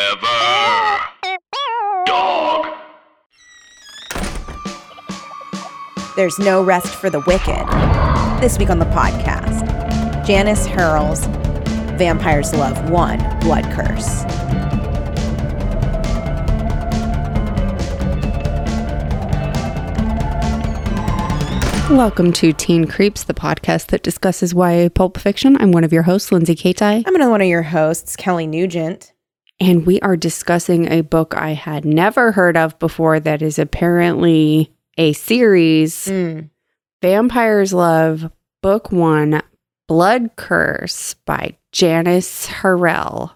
Forever. Dog. There's no rest for the wicked. This week on the podcast, Janice Hurl's Vampires Love 1 Blood Curse. Welcome to Teen Creeps, the podcast that discusses YA pulp fiction. I'm one of your hosts, Lindsay Kaitai, I'm another one of your hosts, Kelly Nugent. and we are discussing a book I had never heard of before that is apparently a series Mm. Vampires Love, Book One, Blood Curse by Janice Harrell.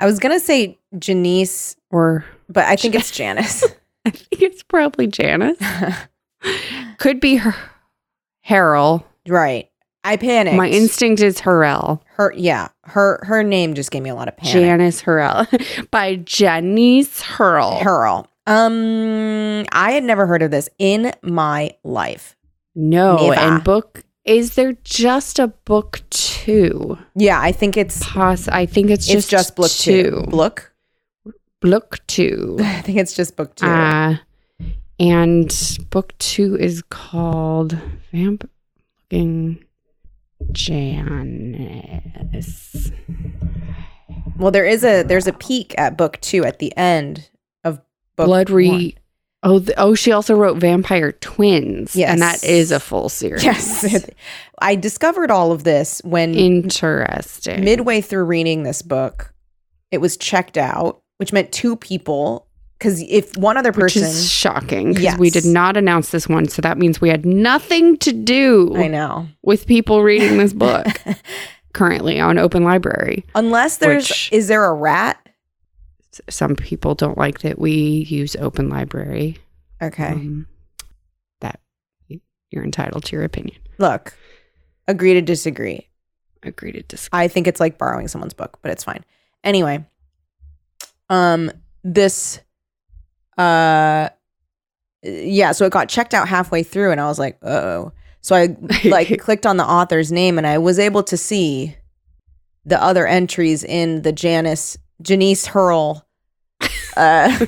I was going to say Janice, Or but I think it's Janice. I think it's probably Janice. Could be her- Harrell. right. I panicked. My instinct is Harrell. her yeah, her her name just gave me a lot of panic. Janice Harrell by Janice Hurl. Hurl. Um I had never heard of this in my life. No, Never. and book is there just a book two? Yeah, I think it's Pos- I think it's just it's just book two. Book? Book two. I think it's just book two. Uh, and book two is called Vamp Looking Janice. Well, there is Uh, a there's a peek at book two at the end of book Blood one. Re. Oh, th- oh, she also wrote Vampire Twins. Yes. And that is a full series. Yes, I discovered all of this when Interesting. midway through reading this book, it was checked out, which meant two people. Because if one other Which person, is shocking because we did Yes. not announce this one. So that means we had nothing to I do know, with people reading this book currently on Open Library. unless there's Which- is there a rat? S- Some people don't like that we use Open Library. Okay, Um, that y- you're entitled to your opinion. look, agree to disagree. Agree to disagree. I think it's like borrowing someone's book, but it's fine. Anyway, um, this, uh, yeah, so it got checked out halfway through, and I was like, oh. So I like clicked on the author's name, and I was able to see the other entries in the Janice Janice Hurl, uh,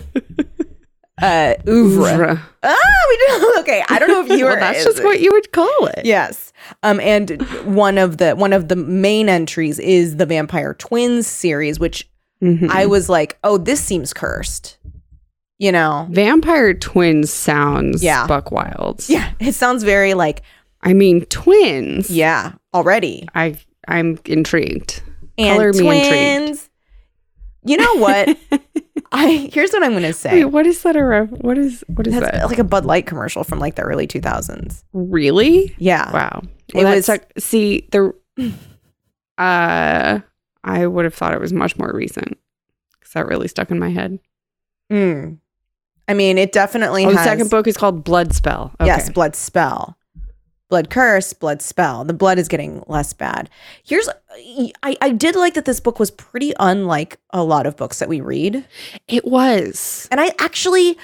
uh, oeuvre. Oeuvre. Ah, we did. Okay, I don't know if you Well, were. that's just what you would call it. Yes. Um, and one of the one of the main entries is the Vampire Twins series, which Mhm. I was like, oh, this seems cursed. You know? Vampire Twins sounds Yeah. buck wild. Yeah. It sounds very like, I mean twins. yeah, already. I I'm intrigued. And Color me intrigued. twins. You know what? I here's what I'm gonna say. Wait, what is that? A re- what is what is That's that? like a Bud Light commercial from like the early 2000s. Really? Yeah. Wow. It Well, that was- suck- see the. Uh, I would have thought it was much more recent because that really stuck in my head. Mm. I mean, it definitely Oh, has the second book is called Blood Spell. Okay. Yes, blood spell. Blood curse, blood spell. The blood is getting less bad. Here's I, I did like that this book was pretty unlike a lot of books that we read. it was. And I actually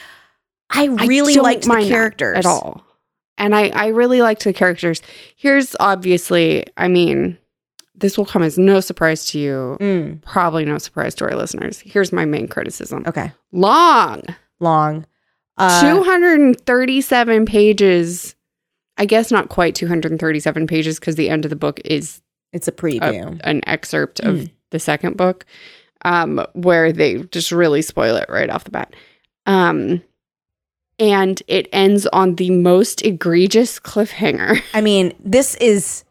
I I really don't liked the mind that characters. at all, and I I really liked the characters. Here's obviously, I mean, this will come as no surprise to you, Mm, probably no surprise to our listeners. Here's my main criticism: okay. long. Long. Uh, 237 pages. I guess not quite 237 pages because the end of the book is it's a a- preview. an excerpt of Mm. the second book, um, where they just really spoil it right off the bat. Um, and it ends on the most egregious cliffhanger. I mean, this is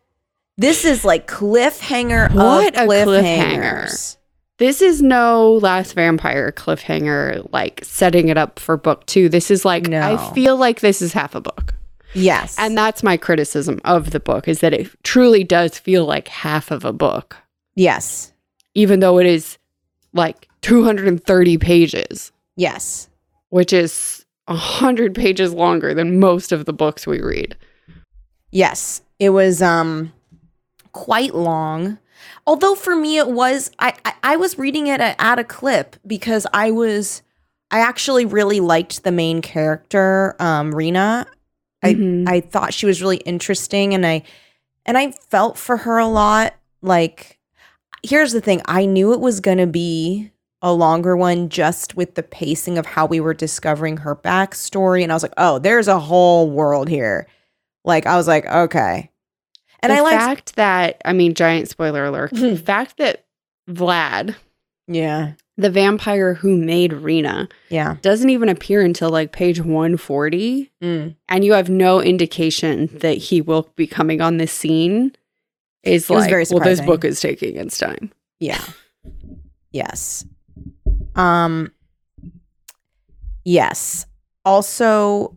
this is like cliffhanger What of a cliffhanger. cliffhangers. This is no Last Vampire cliffhanger, like setting it up for book two. This is like, No. I feel like this is half a book. Yes. And that's my criticism of the book is that it truly does feel like half of a book, yes. even though it is like 230 pages, Yes. which is 100 pages longer than most of the books we read. Yes, it was um quite long. Although for me it was I I, I was reading it at, at a clip because I was I actually really liked the main character um Rena. I Mhm. I thought she was really interesting and I and I felt for her a lot like here's the thing, I knew it was going to be a longer one just with the pacing of how we were discovering her backstory. And I was like, oh, there's a whole world here. Like, I was like, okay. And the I liked, Mm-hmm. fact that I mean, giant spoiler alert. the fact that Vlad, yeah, the vampire who made Rena, yeah. doesn't even appear until like page 140, Mm. and you have no indication that he will be coming on this scene. Is It was like, very well, this surprising. book is taking its time. Yeah. yes. Um yes. Also,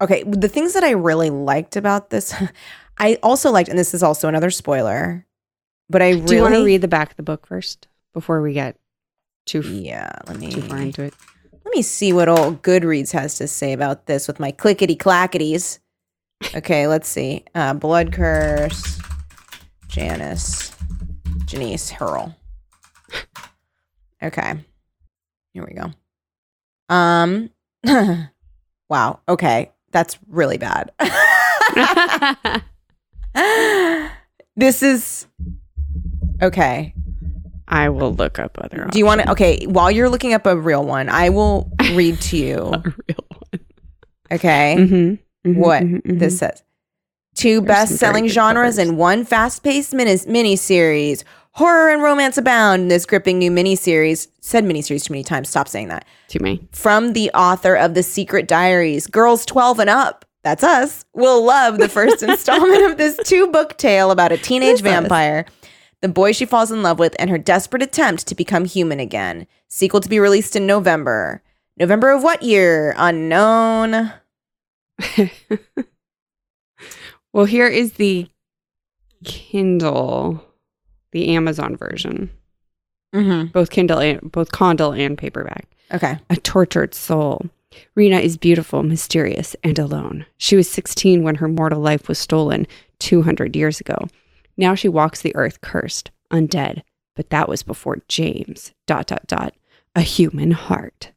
okay, the things that I really liked about this I also liked and this is also another spoiler, but I really Do you want to read the back of the book first before we get too f- Yeah, let me too far into it? Let me see what old Goodreads has to say about this with my clickety clackities. Okay, let's see. Uh, Blood Curse, Janice, Janice Hurl. Okay, here we go. Um, wow. Okay, that's really bad. this is okay. I will look up other. Do you want to? Okay, while you're looking up a real one, I will read to you. options. A real one? Okay. Mm-hmm, mhm, What mhm, mhm. this says. Two There's some best selling very good genres covers. in one fast paced minis- miniseries. Horror and romance abound in this gripping new miniseries. Said miniseries too many times. Stop saying that. to me? From the author of The Secret Diaries, girls 12 and up, that's us, will love the first installment of this two book tale about a teenage That's us. vampire, the boy she falls in love with, and her desperate attempt to become human again. Sequel to be released in November. November of what year? Unknown. Well, here is the Kindle, the Amazon version, Mm-hmm. both Kindle and both Kindle and paperback. Okay. A tortured soul. Rena is beautiful, mysterious, and alone. She was 16 when her mortal life was stolen 200 years ago. Now she walks the earth cursed, undead, but that was before James. Dot dot dot. A human heart.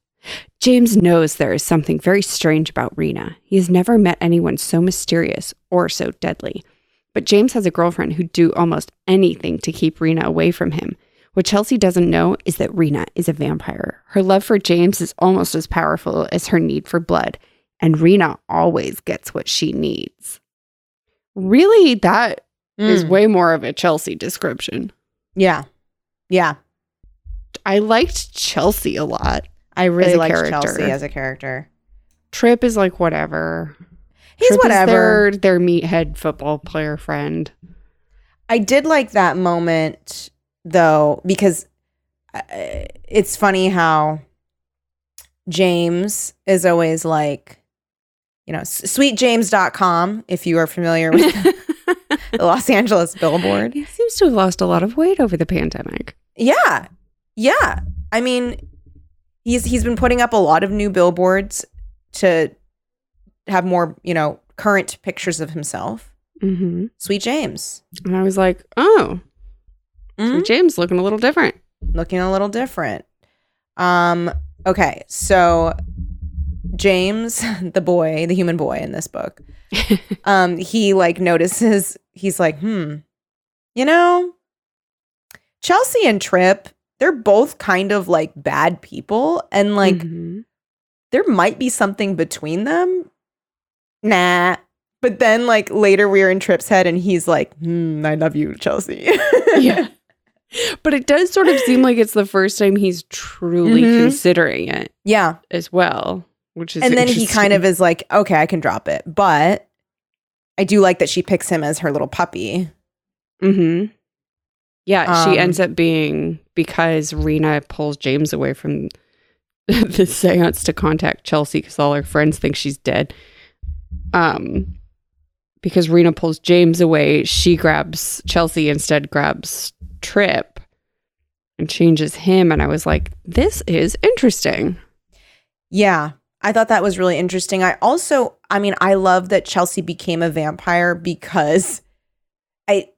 James knows there is something very strange about Rena. He has never met anyone so mysterious or so deadly. But James has a girlfriend who'd do almost anything to keep Rena away from him. What Chelsea doesn't know is that Rena is a vampire. Her love for James is almost as powerful as her need for blood, and Rena always gets what she needs. Really, that is Mm. way more of a Chelsea description. yeah. Yeah. I liked Chelsea a lot. I really a liked character. Chelsea as a character. Trip is like whatever. He's Trip is whatever. their, their meathead football player friend. I did like that moment though because uh, it's funny how James is always like you know s- sweetjames.com if you are familiar with the Los Angeles billboard. He seems to have lost a lot of weight over the pandemic. Yeah. Yeah. I mean, he's he's been putting up a lot of new billboards to have more, you know, current pictures of himself. Mm-hmm. Sweet James. And I was like, oh, Mhm. James looking a little different. Looking a little different. Um okay, so James, the boy, the human boy in this book, um he like notices he's like, "Hmm. You know, Chelsea and Trip, they're both kind of like bad people and like Mhm. there might be something between them. Nah. But then, like, later we're in Tripp's head and he's like, hmm, I love you, Chelsea. yeah. But it does sort of seem like it's the first time he's truly Mhm. considering it yeah. as well, which is And then he kind of is like, okay, I can drop it. But I do like that she picks him as her little puppy. hmm yeah, she Um, ends up being because Rena pulls James away from the séance to contact Chelsea because all her friends think she's dead. Um, because Rena pulls James away, she grabs Chelsea instead grabs Trip and changes him. And I was like, this is interesting. Yeah. I thought that was really interesting. I also, I mean, I love that Chelsea became a vampire because I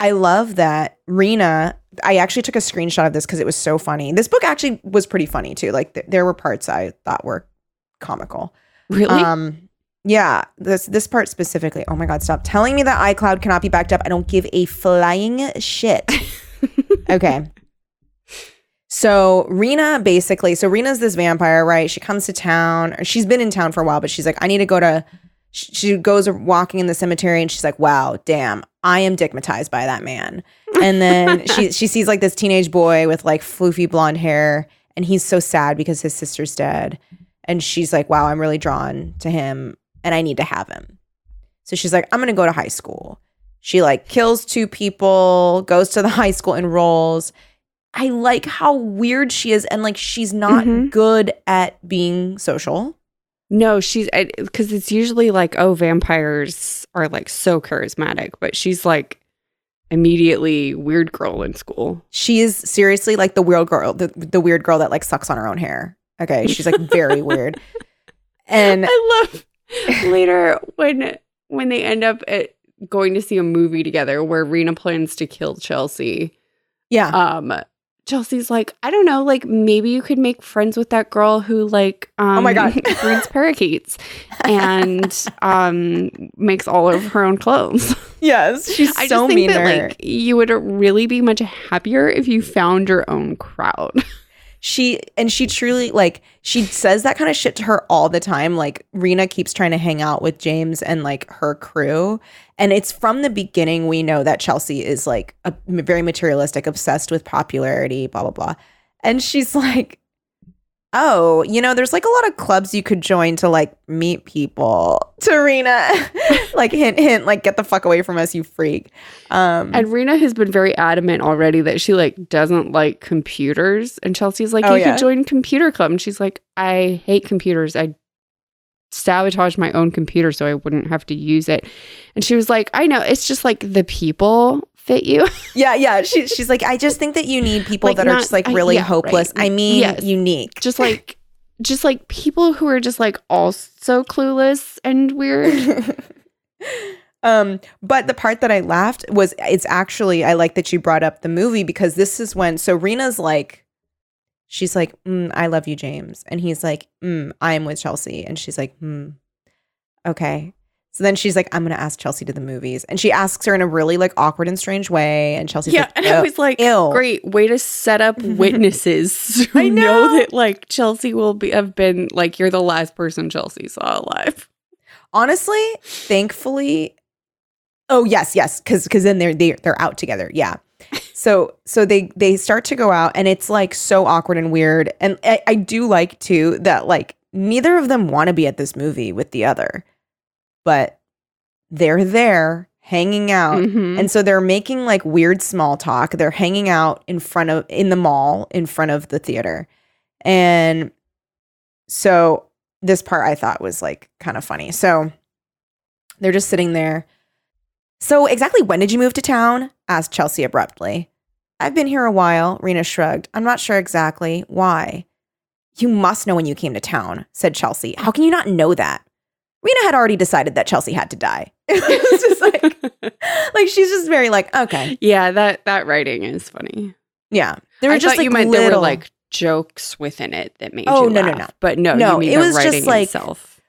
I love that Rena, I actually took a screenshot of this cuz it was so funny. This book actually was pretty funny too. Like th- there were parts I thought were comical. Really? Um yeah, this this part specifically. Oh my god, stop telling me that iCloud cannot be backed up. I don't give a flying shit. okay. So Rena basically, so Rena's this vampire, right? She comes to town. Or she's been in town for a while, but she's like, I need to go to. She she goes walking in the cemetery, and she's like, Wow, damn, I am digmatized by that man. And then she she sees like this teenage boy with like floofy blonde hair, and he's so sad because his sister's dead. And she's like, Wow, I'm really drawn to him, and I need to have him. So she's like, I'm gonna go to high school. She like kills two people, goes to the high school, enrolls. I like how weird she is, and like she's not Mhm. good at being social. No, she's because it's usually like, oh, vampires are like so charismatic, but she's like immediately weird girl in school. She is seriously like the weird girl, the, the weird girl that like sucks on her own hair. Okay, she's like very weird. And I love later when when they end up at going to see a movie together where Rena plans to kill Chelsea. yeah, Um, Chelsea's like, I don't know, like maybe you could make friends with that girl who like um, Oh my God. breeds parakeets and um makes all of her own clothes. yes, she's I so just think mean to that her. like you would really be much happier if you found your own crowd. Mm-hmm. she and she truly like she says that kind of shit to her all the time like rena keeps trying to hang out with james and like her crew and it's from the beginning we know that chelsea is like a, very materialistic obsessed with popularity blah blah blah and she's like oh you know there's like a lot of clubs you could join to like meet people to rena like hint hint like get the fuck away from us you freak um And Rena has been very adamant already that she like doesn't like computers. And Chelsea's like, Oh, you yeah. could join computer club. And she's like, I hate computers. I sabotaged my own computer so I wouldn't have to use it. And she was like, I know, it's just like the people fit you. Yeah, yeah. She, she's like, I just think that you need people Like, that are not- just like I- really yeah, right. hopeless. I mean, Yes. unique. just like just like people who are just like also clueless and weird. um, but the part that I laughed was it's actually I like that you brought up the movie because this is when so Rena's like, she's like, mm, I love you, James, and he's like, mm, I am with Chelsea, and she's like, mm, okay. So then she's like, I'm gonna ask Chelsea to the movies, and she asks her in a really like awkward and strange way, and Chelsea's yeah. like, and "Oh." I was like, ew. great way to set up witnesses to I know. know. that like Chelsea will be have been like you're the last person Chelsea saw alive. honestly thankfully oh yes yes because because then they're, they're they're out together yeah so so they they start to go out and it's like so awkward and weird and i, I do like too that like neither of them want to be at this movie with the other but they're there hanging out Mhm. Oh, and so they're making like weird small talk. They're hanging out in front of in the mall in front of the theater. And so this part I thought was like kind of funny. So they're just sitting there. So exactly when did you move to town? asked Chelsea abruptly. I've been here a while, Rena shrugged. I'm not sure exactly why. You must know when you came to town, said Chelsea. How can you not know that? Rena had already decided that Chelsea had to die. It was just like like she's just very like okay yeah, that that writing is funny. yeah they There were were I just thought like you meant little there were like jokes within it that made Oh, you no, no, laugh. no. But no, No, you mean it the was just, writing like, itself.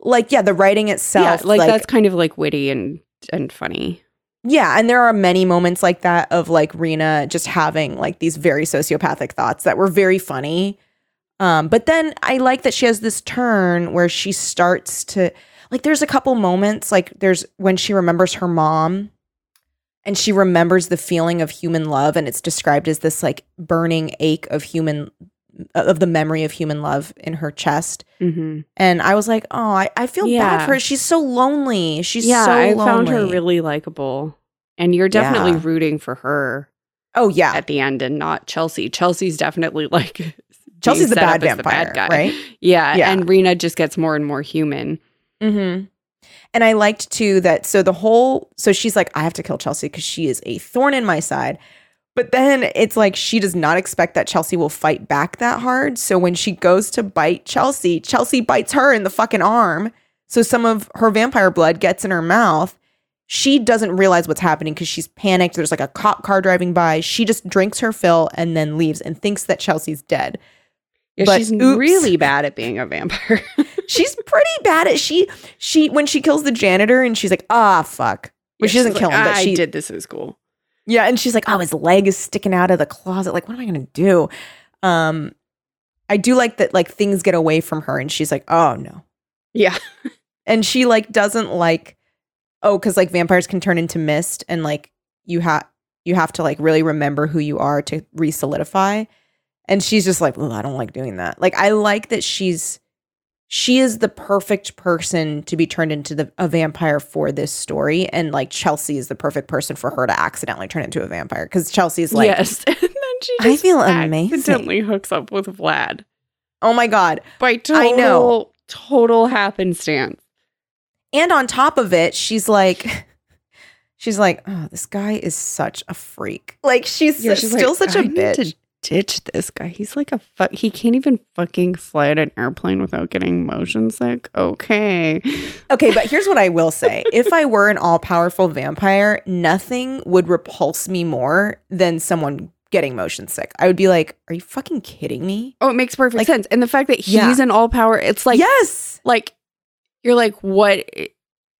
like yeah the writing itself yeah, like, that's kind of like witty and and funny. yeah and there are many moments like that of like Rena just having like these very sociopathic thoughts that were very funny um but then I like that she has this turn where she starts to like there's a couple moments like there's when she remembers her mom and she remembers the feeling of human love and it's described as this like burning ache of human of the memory of human love in her chest Mm-hmm. And I was like, oh, I, I feel bad Yeah. for her. She's so lonely. She's yeah, so I lonely. found her really likable, and you're definitely Yeah. rooting for her. Oh yeah. at the end and not Chelsea. Chelsea's definitely like being Chelsea's the set bad up as the vampire, guy. right? Yeah, Yeah. and Rena just gets more and more human. Mm-hmm. And I liked too that so the whole so she's like, I have to kill Chelsea because she is a thorn in my side. But then it's like she does not expect that Chelsea will fight back that hard. So when she goes to bite Chelsea, Chelsea bites her in the fucking arm. So some of her vampire blood gets in her mouth. She doesn't realize what's happening because she's panicked. There's like a cop car driving by. She just drinks her fill and then leaves and thinks that Chelsea's dead. Yeah, But she's oops. really bad at being a vampire. She's pretty bad at she she when she kills the janitor and she's like, ah fuck. But she Yeah, doesn't she's kill him, like, but I she did this in school. Yeah, and she's like, Oh, his leg is sticking out of the closet. Like, what am I gonna do? Um, I do like that. Like things get away from her, and she's like, "Oh no," Yeah. and she like doesn't like, oh, because like vampires can turn into mist, and like you have you have to like really remember who you are to re-solidify. And she's just like, "Well, I don't like doing that." Like I like that she's she is the perfect person to be turned into the, a vampire for this story, and like Chelsea is the perfect person for her to accidentally turn into a vampire because Chelsea is like, yes. and then she I just feel amazing. accidentally hooks up with Vlad "Oh my god, by total I know. total happenstance. and on top of it, she's like, she's like, oh, this guy is such a freak. Like she's, Yeah, she's still like, such a "I need bitch. To ditch this guy. He's like a fuck. He can't even fucking fly an airplane without getting motion sick. Okay. Okay, but here's what I will say: if I were an all-powerful vampire, nothing would repulse me more than someone getting motion sick. I would be like, are you fucking kidding me? Oh, it makes perfect Like- sense. And the fact that he's Yeah. an all power, it's like yes, like you're like what i-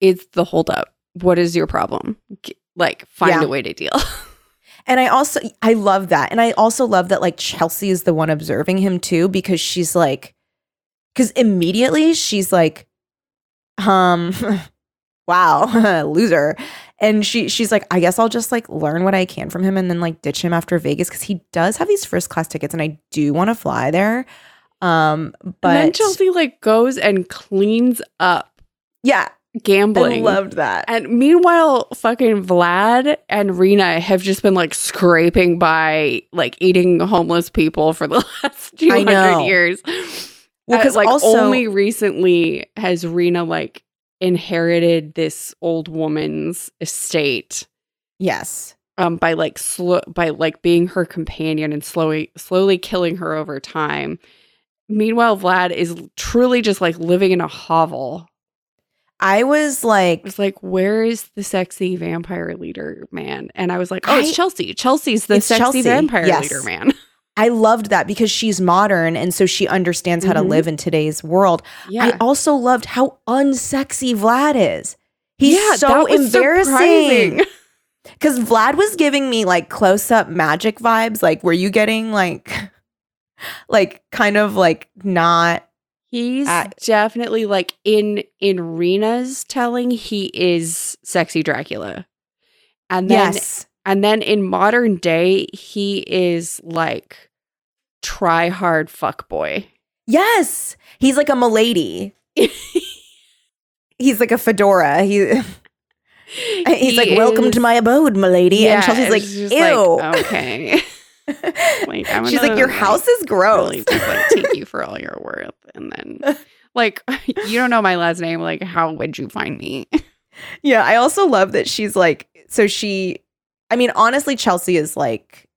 is the holdup? What is your problem? G- Like find Yeah. a way to deal. and I also I love that, and I also love that like Chelsea is the one observing him too because she's like, because immediately she's like, um, wow, loser, and she she's like, I guess I'll just like learn what I can from him and then like ditch him after Vegas because he does have these first class tickets and I do want to fly there, um, and then but Chelsea like goes and cleans up yeah, I gambling. loved that. and meanwhile, fucking Vlad and Rena have just been like scraping by, like eating homeless people for the last two I know. hundred years. Well, Uh, 'cause like also- only recently has Rena like inherited this old woman's estate. Yes, um by like slow by like being her companion and slowly slowly killing her over time. Meanwhile, Vlad is truly just like living in a hovel. I was like, It's like, where is the sexy vampire leader man? And I was like, oh, I- it's Chelsea. Chelsea's the It's sexy Chelsea, vampire yes. leader man. I loved that because she's modern and so she understands how to Mhm. live in today's world. I Yeah, also loved how unsexy Vlad is. He's so that was embarrassing. surprising. Because Vlad was giving me like close up magic vibes. Like, were you getting like, like kind of like not? He's I- definitely like in in Rena's telling, he is sexy Dracula. And then yes. And then in modern day, he is like try hard fuck boy. Yes. He's like a milady. He's like a fedora. He, he's like, welcome to my abode, milady. and Chelsea's like, ew. okay. oh. Like, I'm She's like, gonna, your like, house is gross. really just like take you for all your worth. And then like you don't know my last name. Like, how would you find me? Yeah, I also love that she's like so she I mean honestly Chelsea is like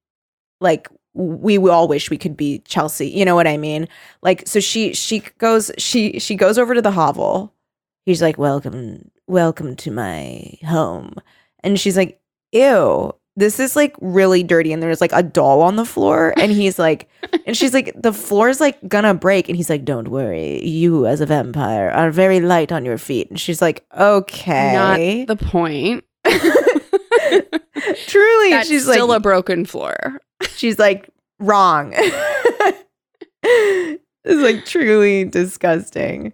like we we all wish we could be Chelsea, you know what I mean? Like so she she goes she she goes over to the hovel. He's like welcome welcome to my home. And she's like ew, this is like really dirty and there's like a doll on the floor and he's like and she's like the floor's like gonna break and he's like don't worry, you as a vampire are very light on your feet. And she's like okay. The point. Truly, That's she's still a like broken floor. she's like wrong. it's like truly disgusting.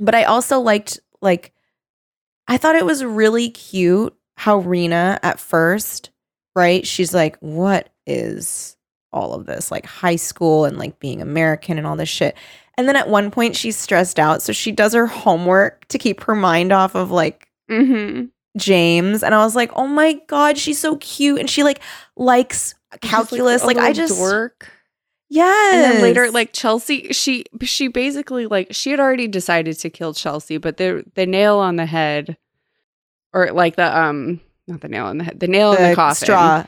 But I also liked like I thought it was really cute how Rena at first, right? She's like, "What is all of this? Like high school and like being American and all this shit." And then at one point she's stressed out, so she does her homework to keep her mind off of like Mm-hmm. James and I was like, "Oh my god, she's so cute." And she like likes calculus. Like, I just work. Yes. and then later like chelsea she she basically like she had already decided to kill chelsea but the the nail on the head or like the um not the nail in the head, the nail oh, in The the coffin. um, straw.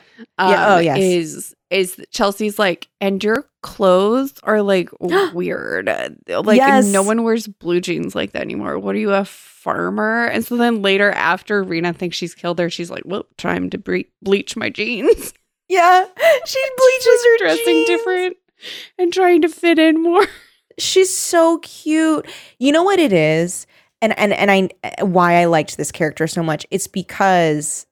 Yeah, oh, yes. Is is Chelsea's like, and your clothes are like weird. Like Yes. no one wears blue jeans like that anymore. What are you a farmer? And so then later after Rena thinks she's killed her, she's like, well, time to bre- bleach my jeans. Yeah, she bleaches her Dressing jeans. different and trying to fit in more. She's so cute. You know what it is, and and and I why I liked this character so much. It's because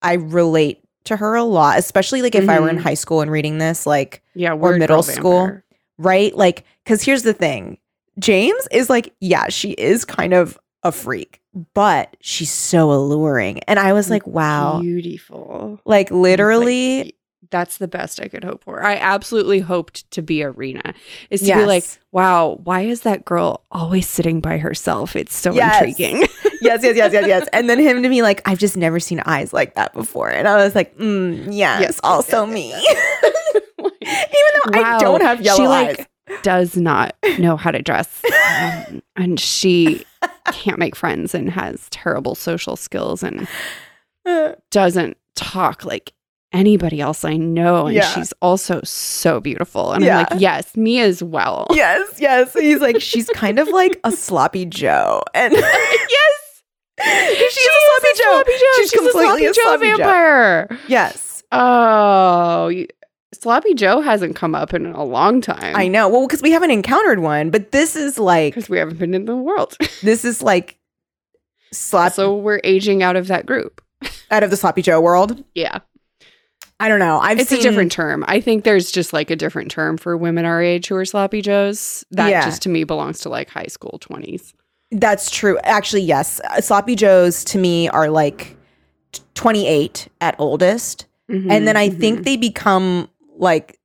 I relate to her a lot, especially like if I were in Mhm. high school and reading this, like Yeah, we're middle school. right, like because here's the thing, James is like, yeah, she is kind of a freak, but she's so alluring, and I was like, wow, Beautiful. like literally. Like, that's the best I could hope for. I absolutely hoped to be Arena. Is to be like, Yes. wow, why is that girl always sitting by herself? It's so Yes. intriguing. yes, yes, yes, yes, yes. And then him to me like, I've just never seen eyes like that before. And I was like, mm, yes, Yes, also yes, me. yes, Even though I Wow. don't have yellow She, eyes. like, Does not know how to dress. Um, and she can't make friends and has terrible social skills and Uh, doesn't talk like anybody else I know. And Yeah. she's also so beautiful. And I'm Yeah. like, yes, me as well. yes, yes. And he's like, she's kind of like a sloppy Joe. And yes. she's She a sloppy is a Joe. sloppy Joe. She's She's a completely sloppy a Joe sloppy Joe. vampire. Yes. Oh, you- sloppy Joe hasn't come up in a long time. I know. Well, because we haven't encountered one, but this is like because we haven't been in the world, this is like slap so we're aging out of that group. out of the sloppy Joe world. Yeah, I don't know. I've it's seen a different term. I think there's just like a different term for women our age who are sloppy Joes. That Yeah. just to me belongs to like high school twenties. That's true. Actually, yes. Uh, Sloppy Joes to me are like t- 28 at oldest. And then I Mm-hmm. think they become like,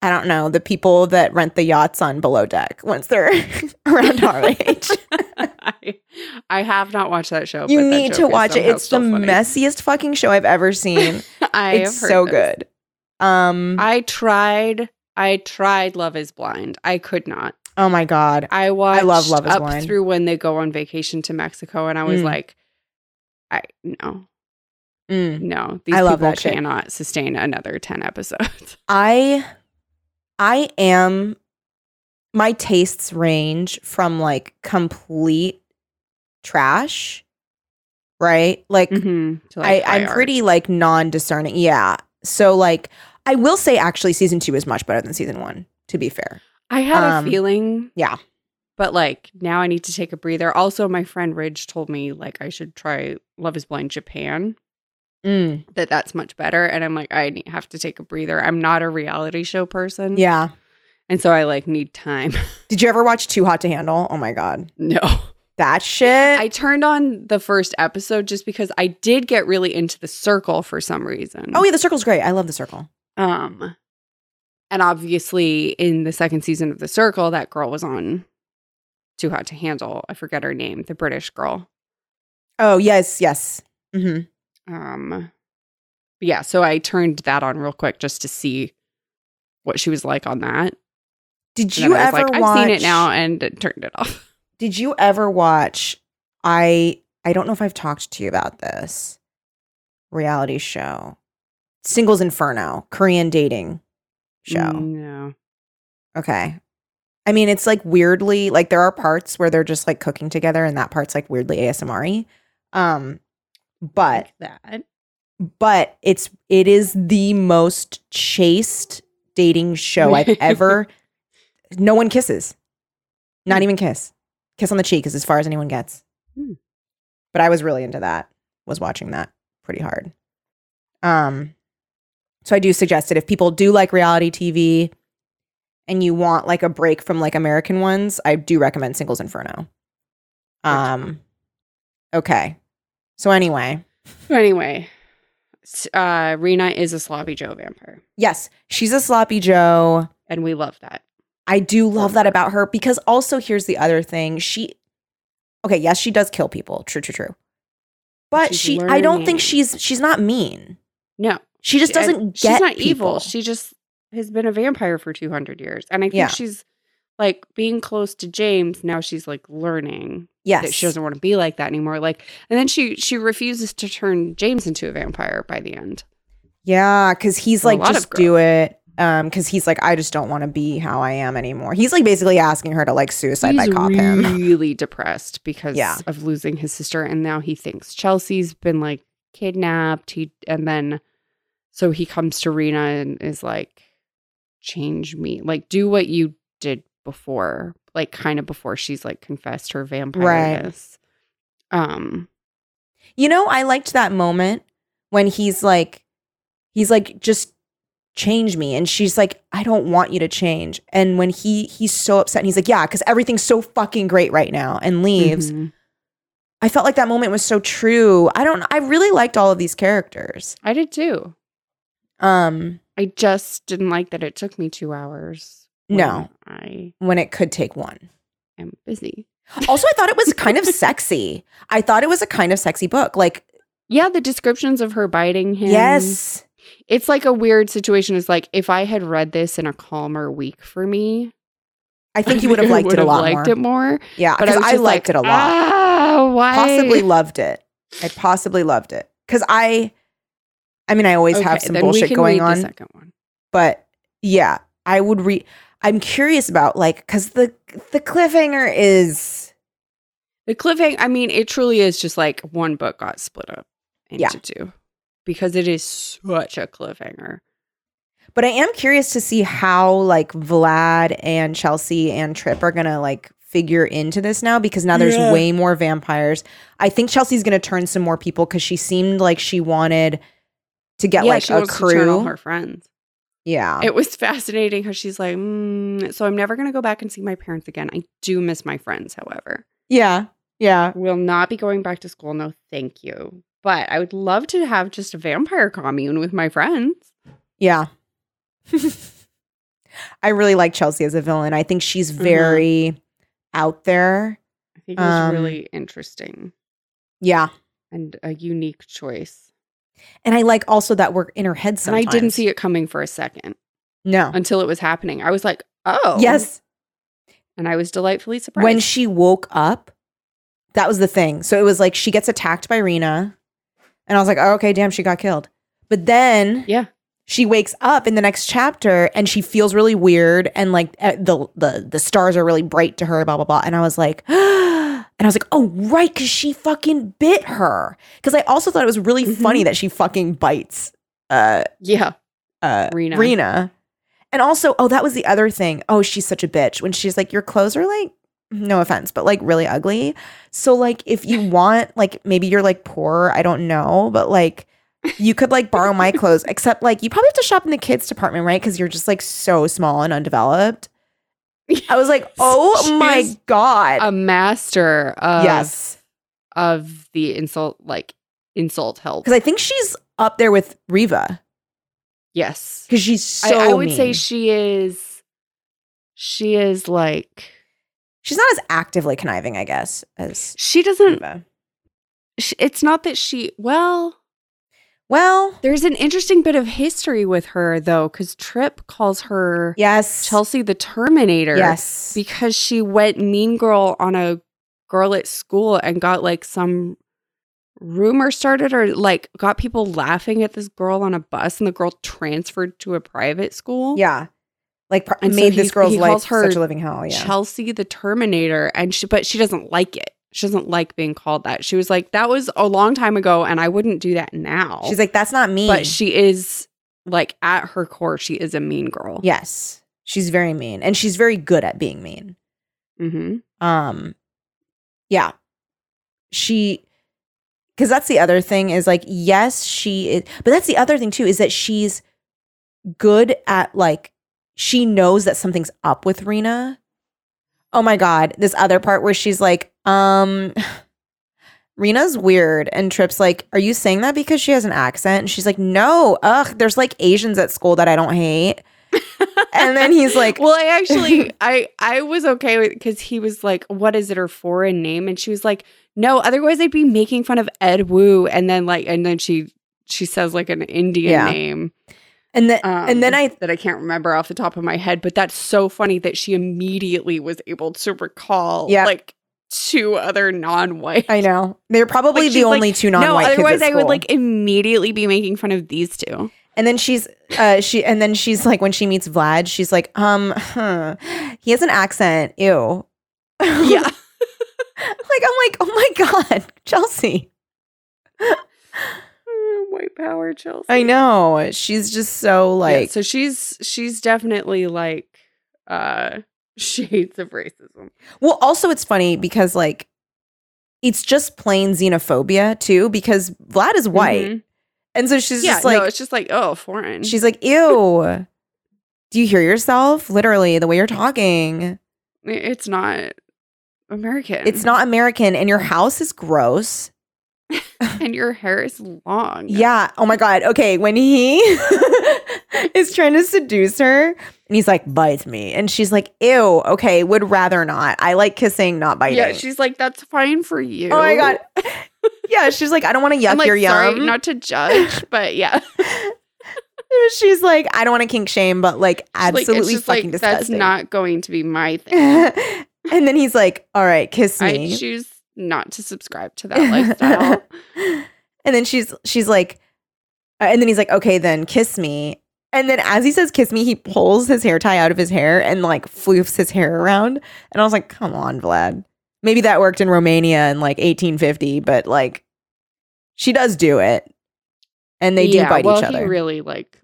I don't know, the people that rent the yachts on below deck once they're around our age. I, I have not watched that show. You Oh, but that need joke to is watch it. somehow It's the still funny. messiest fucking show I've ever seen. I have it's heard so this. good. Um, I tried. I tried Love Is Blind. I could not. oh my God. I watched love Love is up Blind. through when they go on vacation to Mexico, and I was Mm. like, I no, Mm. no, these I love people that shit. cannot sustain another ten episodes. I I am my tastes range from like complete trash, right? Like To, Mm-hmm. I, Mm-hmm. like, high I'm art. pretty like non discerning. Yeah. So like I will say actually season two is much better than season one, to be fair. I had um, a feeling, yeah. but like now I need to take a breather. Also, my friend Ridge told me like I should try Love Is Blind Japan. Mm, That that's much better, and I'm like I need- have to take a breather. I'm not a reality show person, Mm, yeah. and so I like need time. Did you ever watch Too Hot to Handle? Oh my god. no. That shit. I turned on the first episode just because I did get really into the circle for some reason. oh yeah, the circle's great. I love the circle. Um and obviously in the second season of The Circle, that girl was on Too Hot to Handle. I forget her name, the British girl. Oh yes, yes. hmm Um yeah, so I turned that on real quick just to see what she was like on that. Did And then you I was ever like, watch? I've seen it now and it turned it off. Did you ever watch? I I don't know if I've talked to you about this reality show, Singles Inferno, Korean dating show. No. Okay. I mean, it's like weirdly like there are parts where they're just like cooking together, and that part's like weirdly ASMR-y. Um, but that. but it's it is the most chaste dating show I've ever. no one kisses, not Hmm. even kiss. Kiss on the cheek is as far as anyone gets. Hmm. But I was really into that. Was watching that pretty hard. Um, so I do suggest it if people do like reality TV, and you want like a break from like American ones. I do recommend Singles Inferno. Um, okay. So anyway, Anyway, s- uh Rena is a sloppy Joe vampire. Yes, she's a sloppy Joe. and we love that. I do love Love that her. about her because also here's the other thing. She Okay, yes, she does kill people. True, true, true. But She's she I don't learning. think she's she's not mean. No, She just doesn't and get She's not people. evil. She just has been a vampire for two hundred years, and I think Yeah. she's like being close to James now. She's like learning Yes. that she doesn't want to be like that anymore. Like, and then she she refuses to turn James into a vampire by the end. Yeah, because he's For a like, lot of just do it. Um, because he's like, I just don't want to be how I am anymore. He's like basically asking her to like suicide by He's cop him. really depressed because Yeah. of losing his sister, and now he thinks Chelsea's been like kidnapped. He and then so he comes to Rena and is like, "Change me, like do what you did before, like kind of before she's like confessed her vampireness." Um, You know, I liked that moment when he's like, he's like, just change me, and she's like, I don't want you to change. And when he he's so upset, and he's like, Yeah, because everything's so fucking great right now, and leaves. mhm. I felt like that moment was so true. I don't. I really liked all of these characters. I did too. Um, I just didn't like that it took me two hours. when No. I when it could take one. am busy. Also, I thought it was kind of sexy. I thought it was a kind of sexy book. Like, Yeah, the descriptions of her biting him. yes, It's like a weird situation. It's like if I had read this in a calmer week for me, I think you would have I liked it a would've lot liked more. it more. yeah, But I, because was I, just liked like, it a lot. Ah, why? possibly loved it. I possibly loved it because I, I mean, I always have Okay, some then we bullshit can going read The on, second one. but yeah, I would read. I'm curious about like because the the cliffhanger is The cliffhanger. I mean, it truly is just like one book got split up into Yeah. two because it is such a cliffhanger. But I am curious to see how like Vlad and Chelsea and Trip are gonna like figure into this now because now there's Yeah. way more vampires. I think Chelsea's gonna turn some more people because she seemed like she wanted to get like she a wants to turn all crew. her friends. yeah. It was fascinating how she's like, mm, so I'm never going to go back and see my parents again. I do miss my friends, however. yeah. Yeah. Will not be going back to school. No, thank you. But I would love to have just a vampire commune with my friends. Yeah. I really like Chelsea as a villain. I think she's Mhm. very out there. I think it was Um, really interesting Yeah. and a unique choice. And I like also that we're in her head sometimes. And I didn't see it coming for a second No. until it was happening. I was like, oh. Yes. And I was delightfully surprised. When she woke up, that was the thing. So it was like she gets attacked by Rena, and I was like, oh, okay, damn, she got killed. But then yeah. she wakes up in the next chapter and she feels really weird and like eh, the the the stars are really bright to her, blah blah blah. And I was like, and I was like, oh right, because she fucking bit her. Because I also thought it was really Mhm. funny that she fucking bites. Uh, Yeah. uh, Rena. Rena. And also, oh, that was the other thing. Oh, she's such a bitch when she's like, your clothes are like, no offense, but like really ugly. So like, if you want, like maybe you're like poor, I don't know, but like you could like borrow my clothes. Except like you probably have to shop in the kids department, right? Because you're just like so small and undeveloped. I was like, oh my She's god, A master of, Uh, yes, of the insult, like insult help. because I think she's up there with Riva Yes. because she's I- so. I, would say mean. she is. She is like she's not as actively conniving, I guess, as she doesn't. Riva. sh it's not that she. Well, Well, there's an interesting bit of history with her though, because Trip calls her yes, Chelsea the Terminator. Yes. because she went mean girl on a girl at school and got like some rumor started or like got people laughing at this girl on a bus and the girl transferred to a private school. yeah. Like pr- And so made he- this girl's he life calls her such a living hell. Yeah. Chelsea the Terminator, and she but she doesn't like it. She doesn't like being called that. She was like, that was a long time ago, and I wouldn't do that now. She's like, that's not me. but she is like at her core, she is a mean girl. yes, she's very mean, and she's very good at being mean. hmm Um, yeah, she. Because that's the other thing is like, yes, she is, but that's the other thing too is that she's good at like she knows that something's up with Rena. Oh my god, this other part where she's like, um Rena's weird and Trip's like, "Are you saying that because she has an accent?" And she's like, "No. Ugh, there's like Asians at school that I don't hate." and then he's like, well, I actually, I I was okay with because he was like, what is it her foreign name? And she was like, no, otherwise I'd be making fun of Ed Wu, and then like, and then she she says like an Indian Yeah. name. and then and then um, I that I can't remember off the top of my head, but that's so funny that she immediately was able to recall Yeah. like two other non-white. I know. They're probably Like, she's the like, only two non-white No, kids otherwise at I would school. like immediately be making fun of these two. And then she's uh she and then she's like when she meets Vlad, she's like, um, huh, he has an accent. Ew. Yeah. Like I'm like, oh my god, Chelsea. Mm, White power, Chelsea. I know. She's just so Yeah, like so she's she's definitely like uh shades of racism. Well, also it's funny because like it's just plain xenophobia too, because Vlad is white. Mhm. And so she's Yeah, just like no, it's just like, oh, foreign. she's like, Ew. Do you hear yourself? Literally, the way you're talking. it's not American. It's not American and your house is gross. and your hair is long. Yeah. Oh my God. Okay. When he is trying to seduce her and he's like, bite me. And she's like, ew. Okay. Would rather not. I like kissing, not biting. Yeah, she's like, that's fine for you. oh my God. yeah. She's like, I don't want to yuck I'm like, your sorry, yum. not to judge, but yeah. she's like, I don't want to kink shame, but like, Like, it's absolutely just, like, fucking That's disgusting. not going to be my thing. and then he's like, all right, kiss I me. choose not to subscribe to that lifestyle. and then she's she's like, uh, and then he's like, okay, then kiss me. And then as he says kiss me, he pulls his hair tie out of his hair and like floofs his hair around. And I was like, come on, Vlad. Maybe that worked in Romania in like 1850, but like she does do it. And they yeah, do bite well, each other. He really like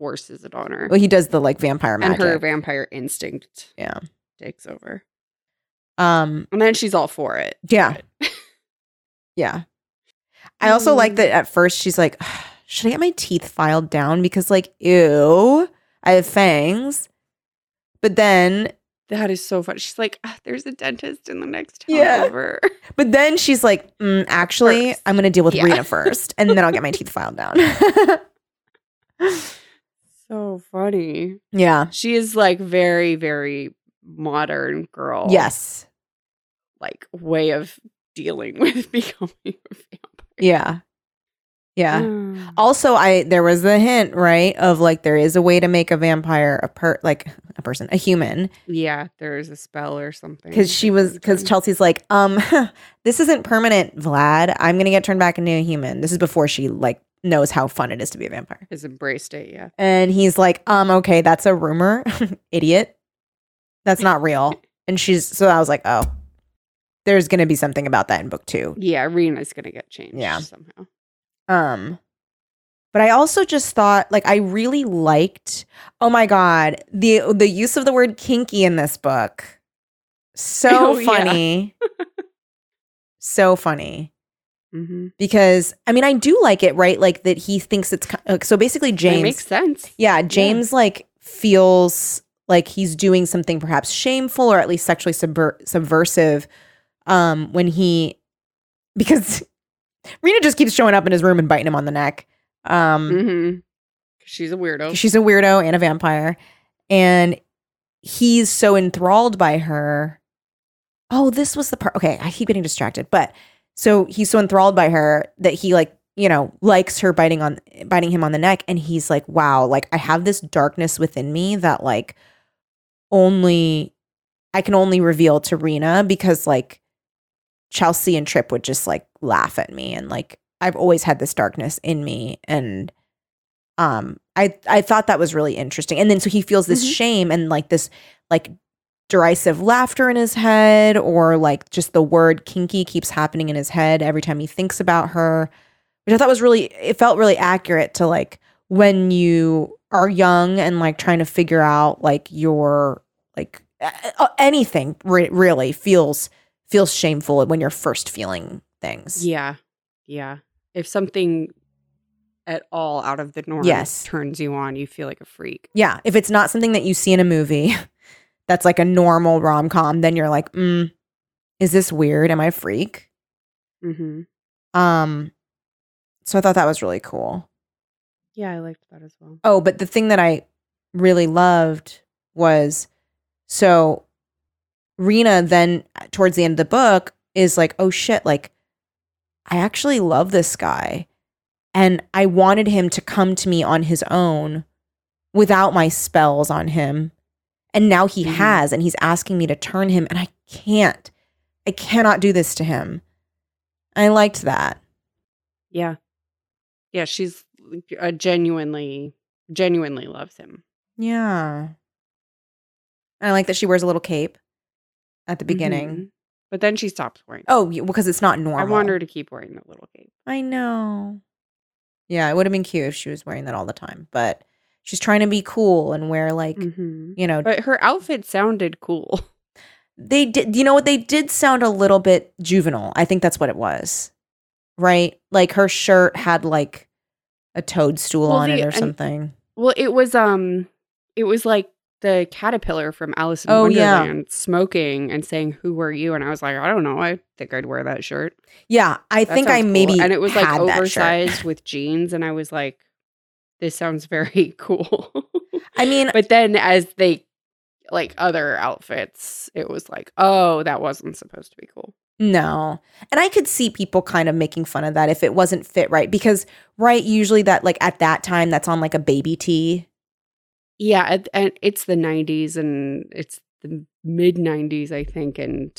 forces it on her. well, he does the like vampire and magic. her vampire instinct Yeah. takes over. um, And then she's all for it. yeah. yeah. I also like Um that at first she's like, should I get my teeth filed down? Because like, ew, I have fangs. But then That is so funny. She's like, "Ah, there's a dentist in the next town Yeah. over. But then she's like, mm, actually, First. i I'm going to deal with Yeah. Rena first, and then I'll get my teeth filed down. So funny. yeah. She is like very, very modern girl. Yes. Like way of dealing with becoming a Mm. Yeah. Yeah. vampire. Also, I there was the hint, right, of like there is a way to make a vampire a per like a person, a human, yeah, there's a spell or something. because she was because Chelsea's like, um, this isn't permanent, Vlad. I'm gonna get turned back into a human. This is before she like knows how fun it is to be a vampire. has embraced it, yeah. And he's like, um, okay, that's a rumor, idiot. That's not real. And she's so I was like, oh, there's gonna be something about that in book two. Yeah, Rena's gonna get changed Yeah. somehow. Um, but I also just thought like I really liked. Oh my god, the the use of the word kinky in this book, so Oh, yeah. funny, so funny Mm-hmm. because I mean I do like it, right? Like that he thinks it's ki- uh, so basically It James. makes sense. Yeah, James like feels like he's doing something perhaps shameful or at least sexually subver- subversive um when he because Rena just keeps showing up in his room and biting him on the neck. Um Mm-hmm. She's a weirdo. she's a weirdo and a vampire and he's so enthralled by her. Oh, this was the part. Okay, I keep getting distracted, but so he's so enthralled by her that he like you know likes her biting on biting him on the neck and he's like wow like i have this darkness within me that like only i can only reveal to rena because like chelsea and trip would just like laugh at me and like i've always had this darkness in me and um i i thought that was really interesting and then so he feels this Mhm. shame and like this like derisive laughter in his head or like just the word kinky keeps happening in his head every time he thinks about her which i thought was really it felt really accurate to like when you are young and like trying to figure out like your like a- a- anything re- really feels feels shameful when you're first feeling things Yeah. Yeah. If something at all out of the norm Yes. turns you on, you feel like a freak. yeah if it's not something that you see in a movie that's like a normal rom-com then you're like mm, is this weird am i a freak Mm-hmm. Um, so I thought that was really cool. Yeah, I liked that as well. Oh, but the thing that I really loved was so Rena then towards the end of the book is like, oh shit, like I actually love this guy. And I wanted him to come to me on his own without my spells on him. And now he Mhm. has, and he's asking me to turn him, and I can't. I cannot do this to him. I liked that. Yeah. Yeah, she's uh, genuinely, genuinely loves him. Yeah. And I like that she wears a little cape at the beginning. Mhm. But then she stops wearing it. Oh, yeah, because it's not normal. I want her to keep wearing the little cape. I know. Yeah, it would have been cute if she was wearing that all the time, but she's trying to be cool and wear like, Mhm. you know, But her outfit sounded cool. they did you know what they did sound a little bit juvenile. I think that's what it was. Right? Like her shirt had like a toadstool Well, on the- it or and- something. Well, it was um it was like the caterpillar from Alice in Oh, yeah. Wonderland smoking and saying, Who are you? And I was like, I don't know. I think I'd wear that shirt. Yeah, I That think I sounds cool. maybe and it was like had that shirt. oversized with jeans, and I was like, this sounds very cool. I mean, but then as they like other outfits, it was like, oh, that wasn't supposed to be cool. No. And I could see people kind of making fun of that if it wasn't fit right because right usually that like at that time that's on like a baby tee. Yeah, and, and it's the '90s, and it's the mid '90s, I think, and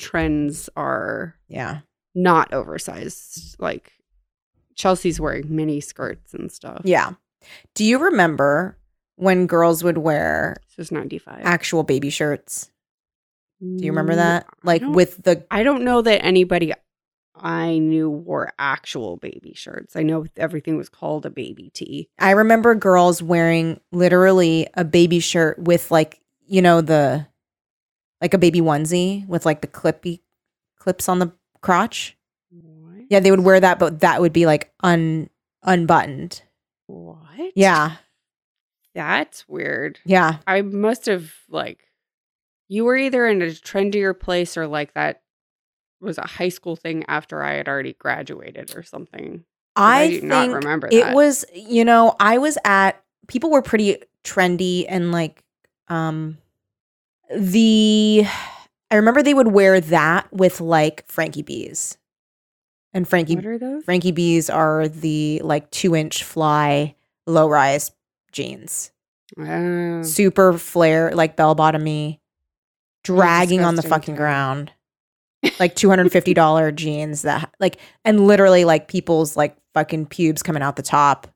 trends are Yeah. not oversized. Like Chelsea's wearing mini skirts and stuff. Yeah. Do you remember when girls would wear this is '95. actual baby shirts? Do you Mm. remember that? Like don't- with the I don't know that anybody I knew wore actual baby shirts. I know everything was called a baby tee. I remember girls wearing literally a baby shirt with like, you know, the like a baby onesie with like the clippy clips on the crotch. What? Yeah, they would wear that, but that would be like un unbuttoned. What? Yeah. That's weird. Yeah. I must have like you were either in a trendier place or like that was a high school thing after I had already graduated or something. 'Cause I, do think not remember it that. was, you know, I was at people were pretty trendy and like um the I remember they would wear that with like Frankie Bees. And Frankie what are those? Frankie Bees are the like two inch fly low rise jeans. Oh. Super flare, like bell bottomy, dragging on the fucking disgusting thing. ground. Like $250 jeans that like and literally like people's like fucking pubes coming out the top.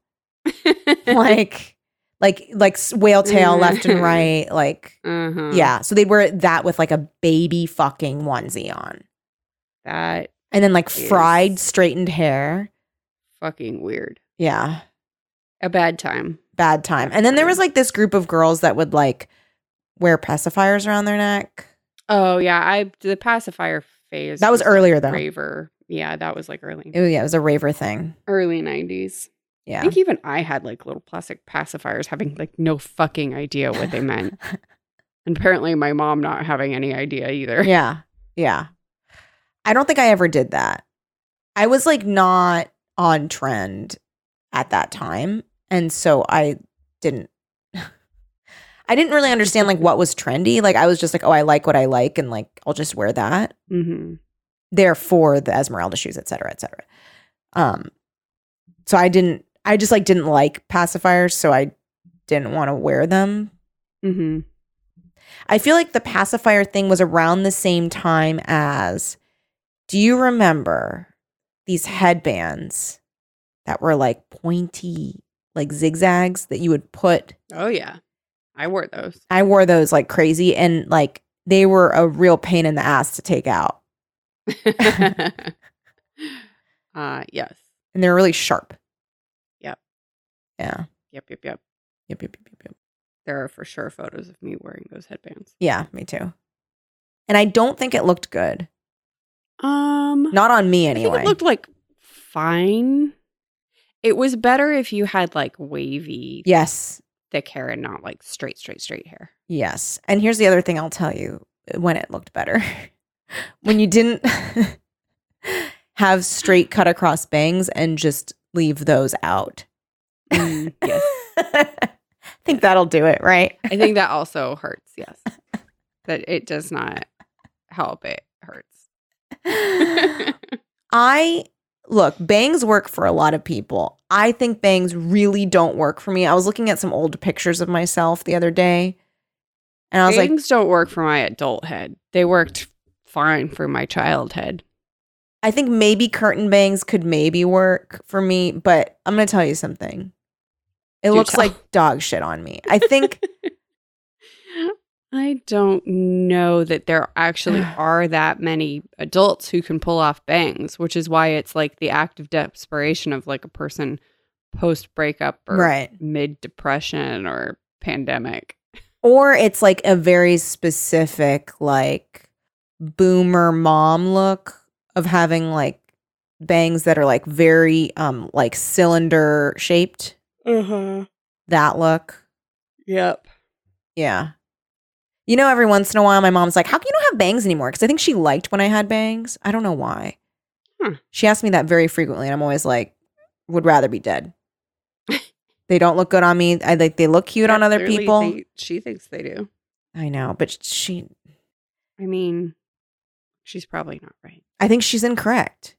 Like like like s- whale tail left and right. Like uh-huh. yeah. So they wear that with like a baby fucking onesie on. That And then like Is- fried straightened hair. fucking weird. Yeah. A bad time. bad time. And then there was like this group of girls that would like wear pacifiers around their neck. Oh yeah, I the pacifier phase. That was earlier though. Raver. Yeah, that was like early It, yeah, it was a raver thing. early nineties. I Yeah. think even I had like little plastic pacifiers, having like no fucking idea what they meant, and apparently my mom not having any idea either. yeah. Yeah. I don't think I ever did that. I was like not on trend at that time. And so I didn't I didn't really understand like what was trendy. Like I was just like, oh, I like what I like and like I'll just wear that. hmm therefore the Esmeralda shoes, et cetera, et cetera. Um, so I didn't, I just like didn't like pacifiers, so I didn't want to wear them. hmm I feel like the pacifier thing was around the same time as, do you remember these headbands that were like pointy, like zigzags that you would put? Oh yeah, I wore those. I wore those like crazy and like they were a real pain in the ass to take out uh yes. and they're really sharp. Yep. Yeah. Yep. Yep. Yep. Yep, yep, yep, yep, yep. There are for sure photos of me wearing those headbands. Yeah, me too. And I don't think it looked good. Um. Not on me I anyway. think it looked like fine. It was better if you had like wavy yes. thick hair and not like straight, straight, straight hair. Yes. And here's the other thing I'll tell you uh, when it looked better. when you didn't have straight cut across bangs and just leave those out. Mm, yes. I think that'll do it, right? I think that also hurts. Yes. That it does not help. It hurts. I look, bangs work for a lot of people. I think bangs really don't work for me. I was looking at some old pictures of myself the other day and I was like, Things don't work for my adult head. They worked foreign for my childhood. I think maybe curtain bangs could maybe work for me, but I'm gonna tell you something. It Do looks tell. like dog shit on me. I think I don't know that there actually are that many adults who can pull off bangs, which is why it's like the act of desperation of like a person post breakup or right. mid depression or pandemic. Or it's like a very specific like boomer mom look of having like bangs that are like very um like cylinder shaped. Uh huh. That look. Yep. Yeah. You know, every once in a while, my mom's like, How can you not have bangs anymore? Because I think she liked when I had bangs. I don't know why. Hmm. She asks me that very frequently, and I'm always like, Would rather be dead. they don't look good on me. I like they look cute on other people. she thinks they do. I know, but she, I mean, she's probably not right, I think she's incorrect.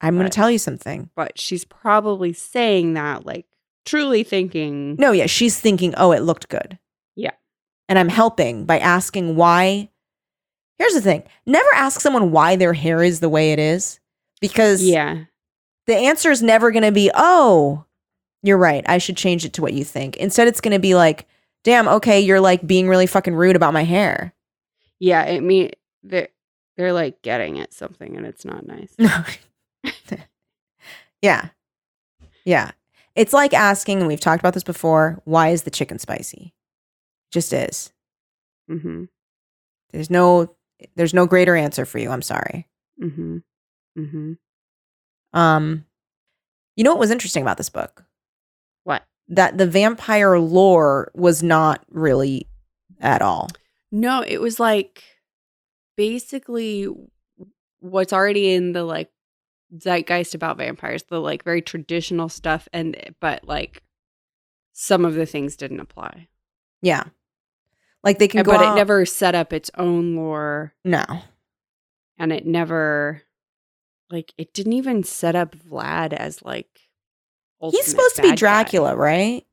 I'm going Right. to tell you something. but she's probably saying that like truly thinking. No, yeah, she's thinking, oh, it looked good. Yeah. And I'm helping by asking why. Here's the thing never ask someone why their hair is the way it is because Yeah. the answer is never going to be, oh, you're right. I should change it to what you think. Instead, it's going to be like, damn, okay, you're like being really fucking rude about my hair. Yeah. I mean, they're, they're like getting at something and it's not nice. yeah. Yeah. It's like asking, and we've talked about this before, why is the chicken spicy? Just is. Mm-hmm. There's no there's no greater answer for you. I'm sorry. Mm-hmm. Mm-hmm. Um you know what was interesting about this book? What? That the vampire lore was not really at all. No, it was like basically what's already in the like zeitgeist about vampires, the like very traditional stuff, and eh, but like some of the things didn't apply. Yeah. Like they can And- go But it out- never set up its own lore, No. and it never like it didn't even set up Vlad as like. ultimate He's supposed to be bad guy. Dracula, right?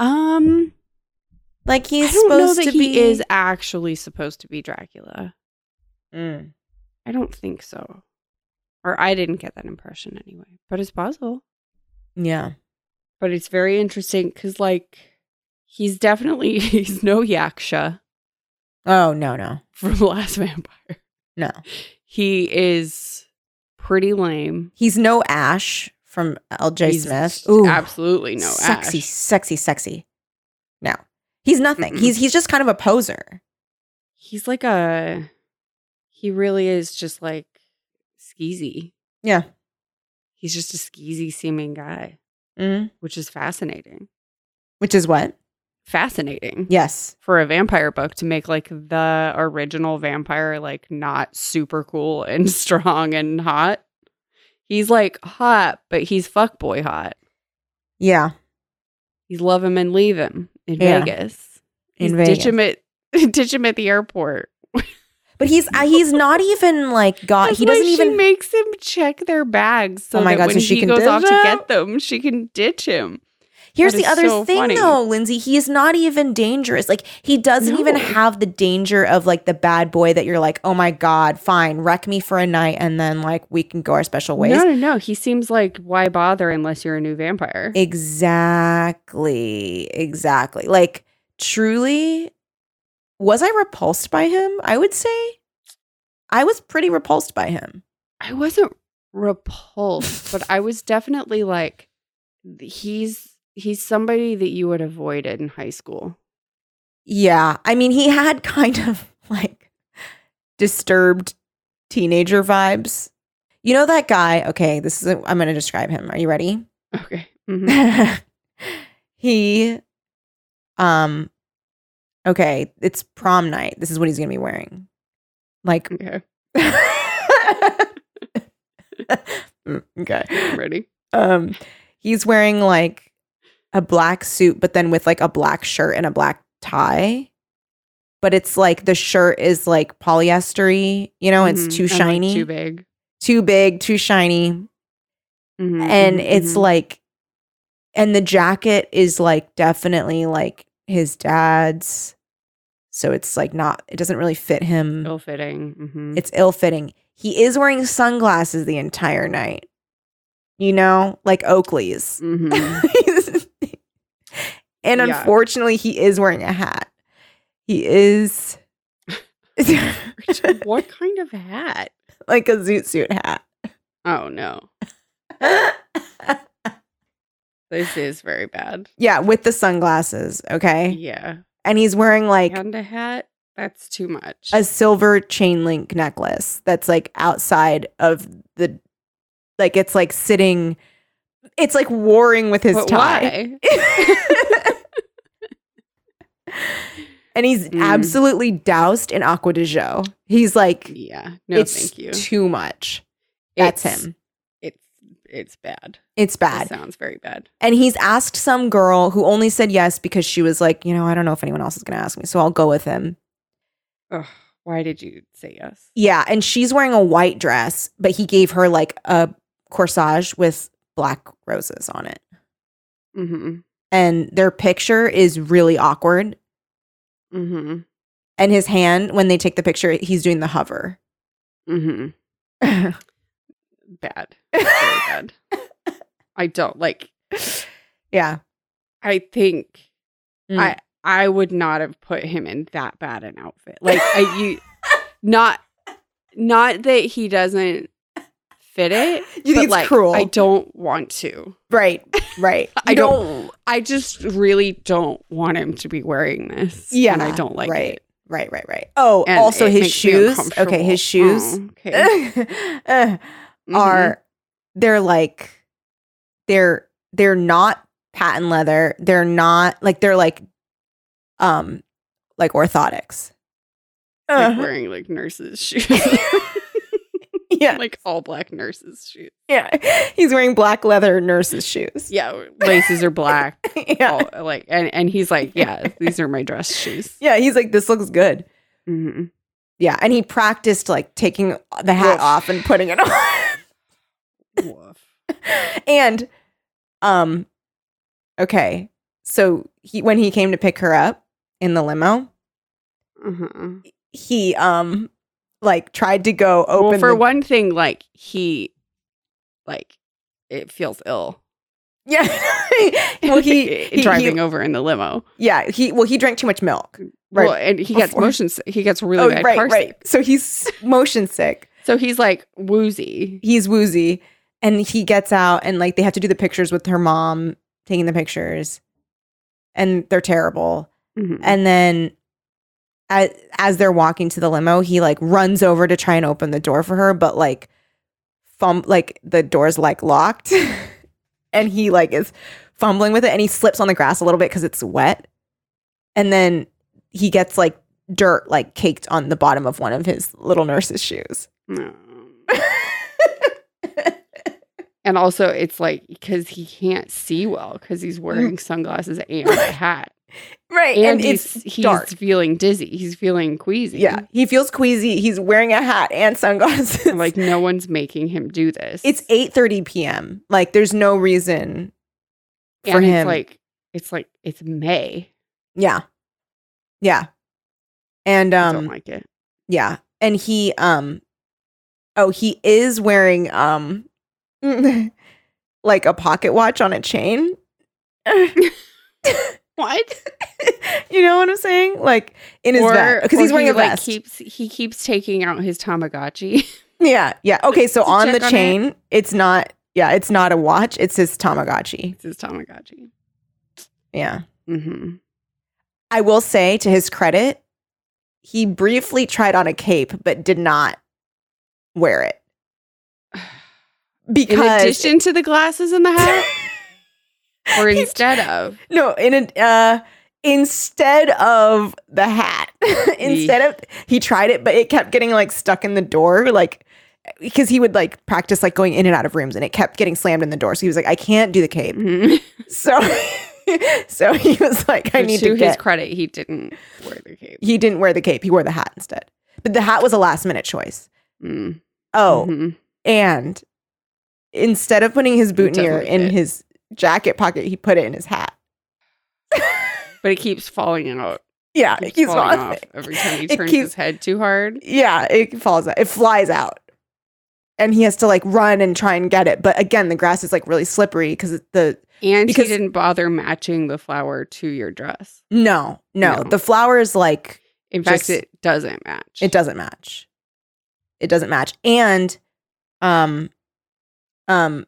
Um, Like he's I don't supposed know to that he be is actually supposed to be Dracula. Mm. I don't think so. Or I didn't get that impression anyway, but it's possible. Yeah. But it's very interesting because, like, he's definitely, he's no Yaksha Oh no, no. from Last Vampire. No. He is pretty lame. He's no Ash from LJ He's Smith. Absolutely no sexy, Ash. sexy, sexy. No. He's nothing. Mm-mm. He's he's just kind of a poser. He's like a, he really is just like skeezy. Yeah. He's just a skeezy seeming guy, Mm. which is fascinating. Which is what? Fascinating. Yes. for a vampire book to make like the original vampire like not super cool and strong and hot. He's like hot, but he's fuckboy hot. Yeah. He's love him and leave him in Yeah. Vegas. In He's Vegas. Ditch him at ditch him at the airport. But he's uh, he's not even like God. That's Uh, He why doesn't she even. makes him check their bags so Oh my that God, so when she he can goes ditch off to them? get them, she can ditch him. Here's that the is other so thing funny. though, Lindsay. He is not even dangerous. Like he doesn't even No. have the danger of like the bad boy that you're like, oh my God, fine, wreck me for a night, and then like we can go our special ways. No, no, no. He seems like why bother unless you're a new vampire. Exactly. Exactly. Like truly was I repulsed by him? I would say I was pretty repulsed by him. I wasn't repulsed, but I was definitely like, he's he's somebody that you would avoid in high school. Yeah. I mean, he had kind of like disturbed teenager vibes. You know that guy? Okay, this is i am I'm going to describe him. Are you ready? Okay. Mhm. he um okay, it's prom night. This is what he's going to be wearing. Like Okay. Mm, I'm okay. ready. Um, he's wearing like a black suit, but then with like a black shirt and a black tie. But it's like the shirt is like polyestery, you know, Mhm. it's too And, like, shiny, too too, big, big, too shiny. Mhm, And mhm, it's mhm. like, and the jacket is like definitely like his dad's. So it's like not, it doesn't really fit him. Ill fitting. Mm-hmm. It's ill fitting. He is wearing sunglasses the entire night, you know, like Oakley's. Mhm. and Yeah. unfortunately, he is wearing a hat. He is Rachel, what kind of hat? like a zoot suit hat. Oh no, this is very bad. yeah, with the sunglasses. Okay. Yeah, And he's wearing Eh, like and a hat. That's too much. a silver chain link necklace that's like outside of the, like it's like sitting, it's like warring with his But tie. why? and he's Mm. absolutely doused in aqua de jo. He's like, Yeah, no, it's thank you. too much. That's It's- him. It's it's bad. It's It bad. sounds very bad. And he's asked some girl who only said yes because she was like, you know, I don't know if anyone else is going to ask me, so I'll go with him. Ugh, why did you say yes? Yeah, and she's wearing a white dress, but he gave her like a corsage with black roses on it. Mm-hmm. And their picture is really awkward. Mm-hmm. And his hand, when they take the picture, he's doing the hover. Mm-hmm. yeah, Bad. Very bad. I don't like. I think Mm. I I would not have put him in that bad an outfit. Like I you not not that he doesn't fit it. You think but it's like, cruel? I don't want to. right, right. I You don't, I just really don't want him to be wearing this. And I Yeah, don't like right, it. right, right, right. Oh, And also it his makes me shoes. Okay, uncomfortable. his shoes Oh, okay. Mm-hmm. Ugh, are they're like they're they're not patent leather. They're not like they're like um like orthotics. Uh, Mhm. like Ugh. wearing like nurses' shoes. yeah, like all black nurses' shoes. yeah. He's wearing black leather nurse's shoes. Yeah, laces are black. yeah. all- like and, and he's like, yeah, these are my dress shoes. Yeah, he's like this looks good. Mm-hmm. Yeah, and he practiced like taking the hat Woof. off and putting it on. Woof. and um okay so he when he came to pick her up in the limo Uh-huh. he um like tried to go open Well, for the- one thing, like he, like it feels ill yeah well he, he driving he- over in the limo. yeah he well he drank too much milk Right Well, and he gets before. motion. sick- He gets really oh bad right car right sick. so he's motion sick So he's like woozy. he's woozy and he gets out and like they have to do the pictures with her mom taking the pictures and they're terrible Mhm. And then as, as they're walking to the limo, he like runs over to try and open the door for her, but like fum like the door's like locked. and he like is fumbling with it and he slips on the grass a little bit cuz it's wet. And then he gets like dirt like caked on the bottom of one of his little nurse's shoes. No. And also, it's like because he can't see well because he's wearing sunglasses and a hat, right. and, Mm. And, he's it's he's dark. feeling dizzy. He's feeling queasy. Yeah. He feels queasy. He's wearing a hat and sunglasses. And, like no one's making him do this. it's 8:30 p.m. Like there's no reason for and him. It's like it's like it's May. yeah. Yeah. And I don't um like it. yeah, and he um oh, he is wearing um like a pocket watch on a chain. What? you know what I'm saying? Like in his vest because he's wearing he, a like, vest. keeps he keeps taking out his Tamagotchi. yeah, yeah. Okay, so to on the check on it. chain, it's not yeah, it's not a watch, it's his Tamagotchi. it's his Tamagotchi. Yeah. hmm I will say to his credit, he briefly tried on a cape but did not wear it. In Because addition to the glasses and the hat, or instead of no, in a, uh instead of the hat, instead of he tried it but it kept getting like stuck in the door like because he would like practice like going in and out of rooms and it kept getting slammed in the door. So he was like I can't do the cape. Mhm. So so he was like I But need to to his get credit, he didn't wear the cape. he didn't wear the cape. He wore the hat instead. But the hat was a last minute choice. Mm. Oh, Mhm. and instead of putting his boutonniere Definitely in fit. his jacket pocket, he put it in his hat. but it keeps falling out Yeah, he's falling not. off every time he It turns keeps- his head too hard. Yeah, it falls out. It flies out. And he has to like run and try and get it. But again, the grass is like really slippery because the And Because- he didn't bother matching the flower to your dress. no, no, No. the flower is like In fact, Just- it doesn't match. it doesn't match. It doesn't match. And um um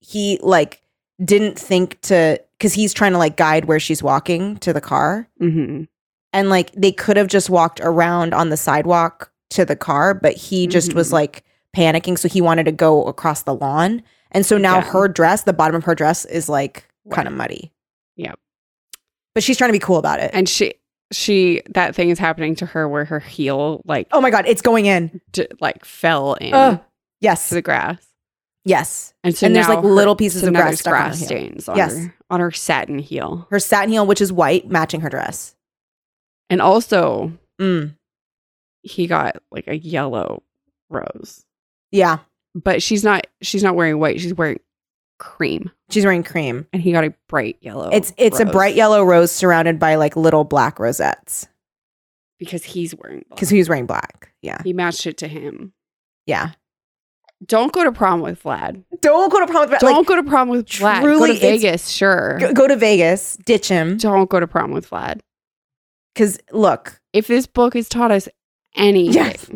he like didn't think to cuz he's trying to like guide where she's walking to the car Mm-hmm. and like they could have just walked around on the sidewalk to the car but he just was Mhm. like panicking so he wanted to go across the lawn and so now Yeah. her dress the bottom of her dress is like kind of muddy Yep. but she's trying to be cool about it And she, she, that thing is happening to her where her heel like, oh my god it's going in d- like fell in Ugh. to yes the grass. yes And so And there's, now like, little pieces so of now grass there's stuck on her grass heel. stains on Yes. her on her satin heel. her satin heel which is white matching her dress And also mm. he got like a yellow rose. yeah But she's not she's not wearing white, she's wearing cream. she's wearing cream And he got a bright yellow. it's it's a rose bright yellow rose surrounded by like little black rosettes because he's wearing black. because he was wearing black yeah he matched it to him. yeah Don't go to prom with Vlad. don't go to prom with Don't go to prom with Vlad. go truly, to it's- Vegas, sure. go, go to Vegas, ditch him. Don't go to prom with Vlad. Because look, if this book has taught us anything Yes.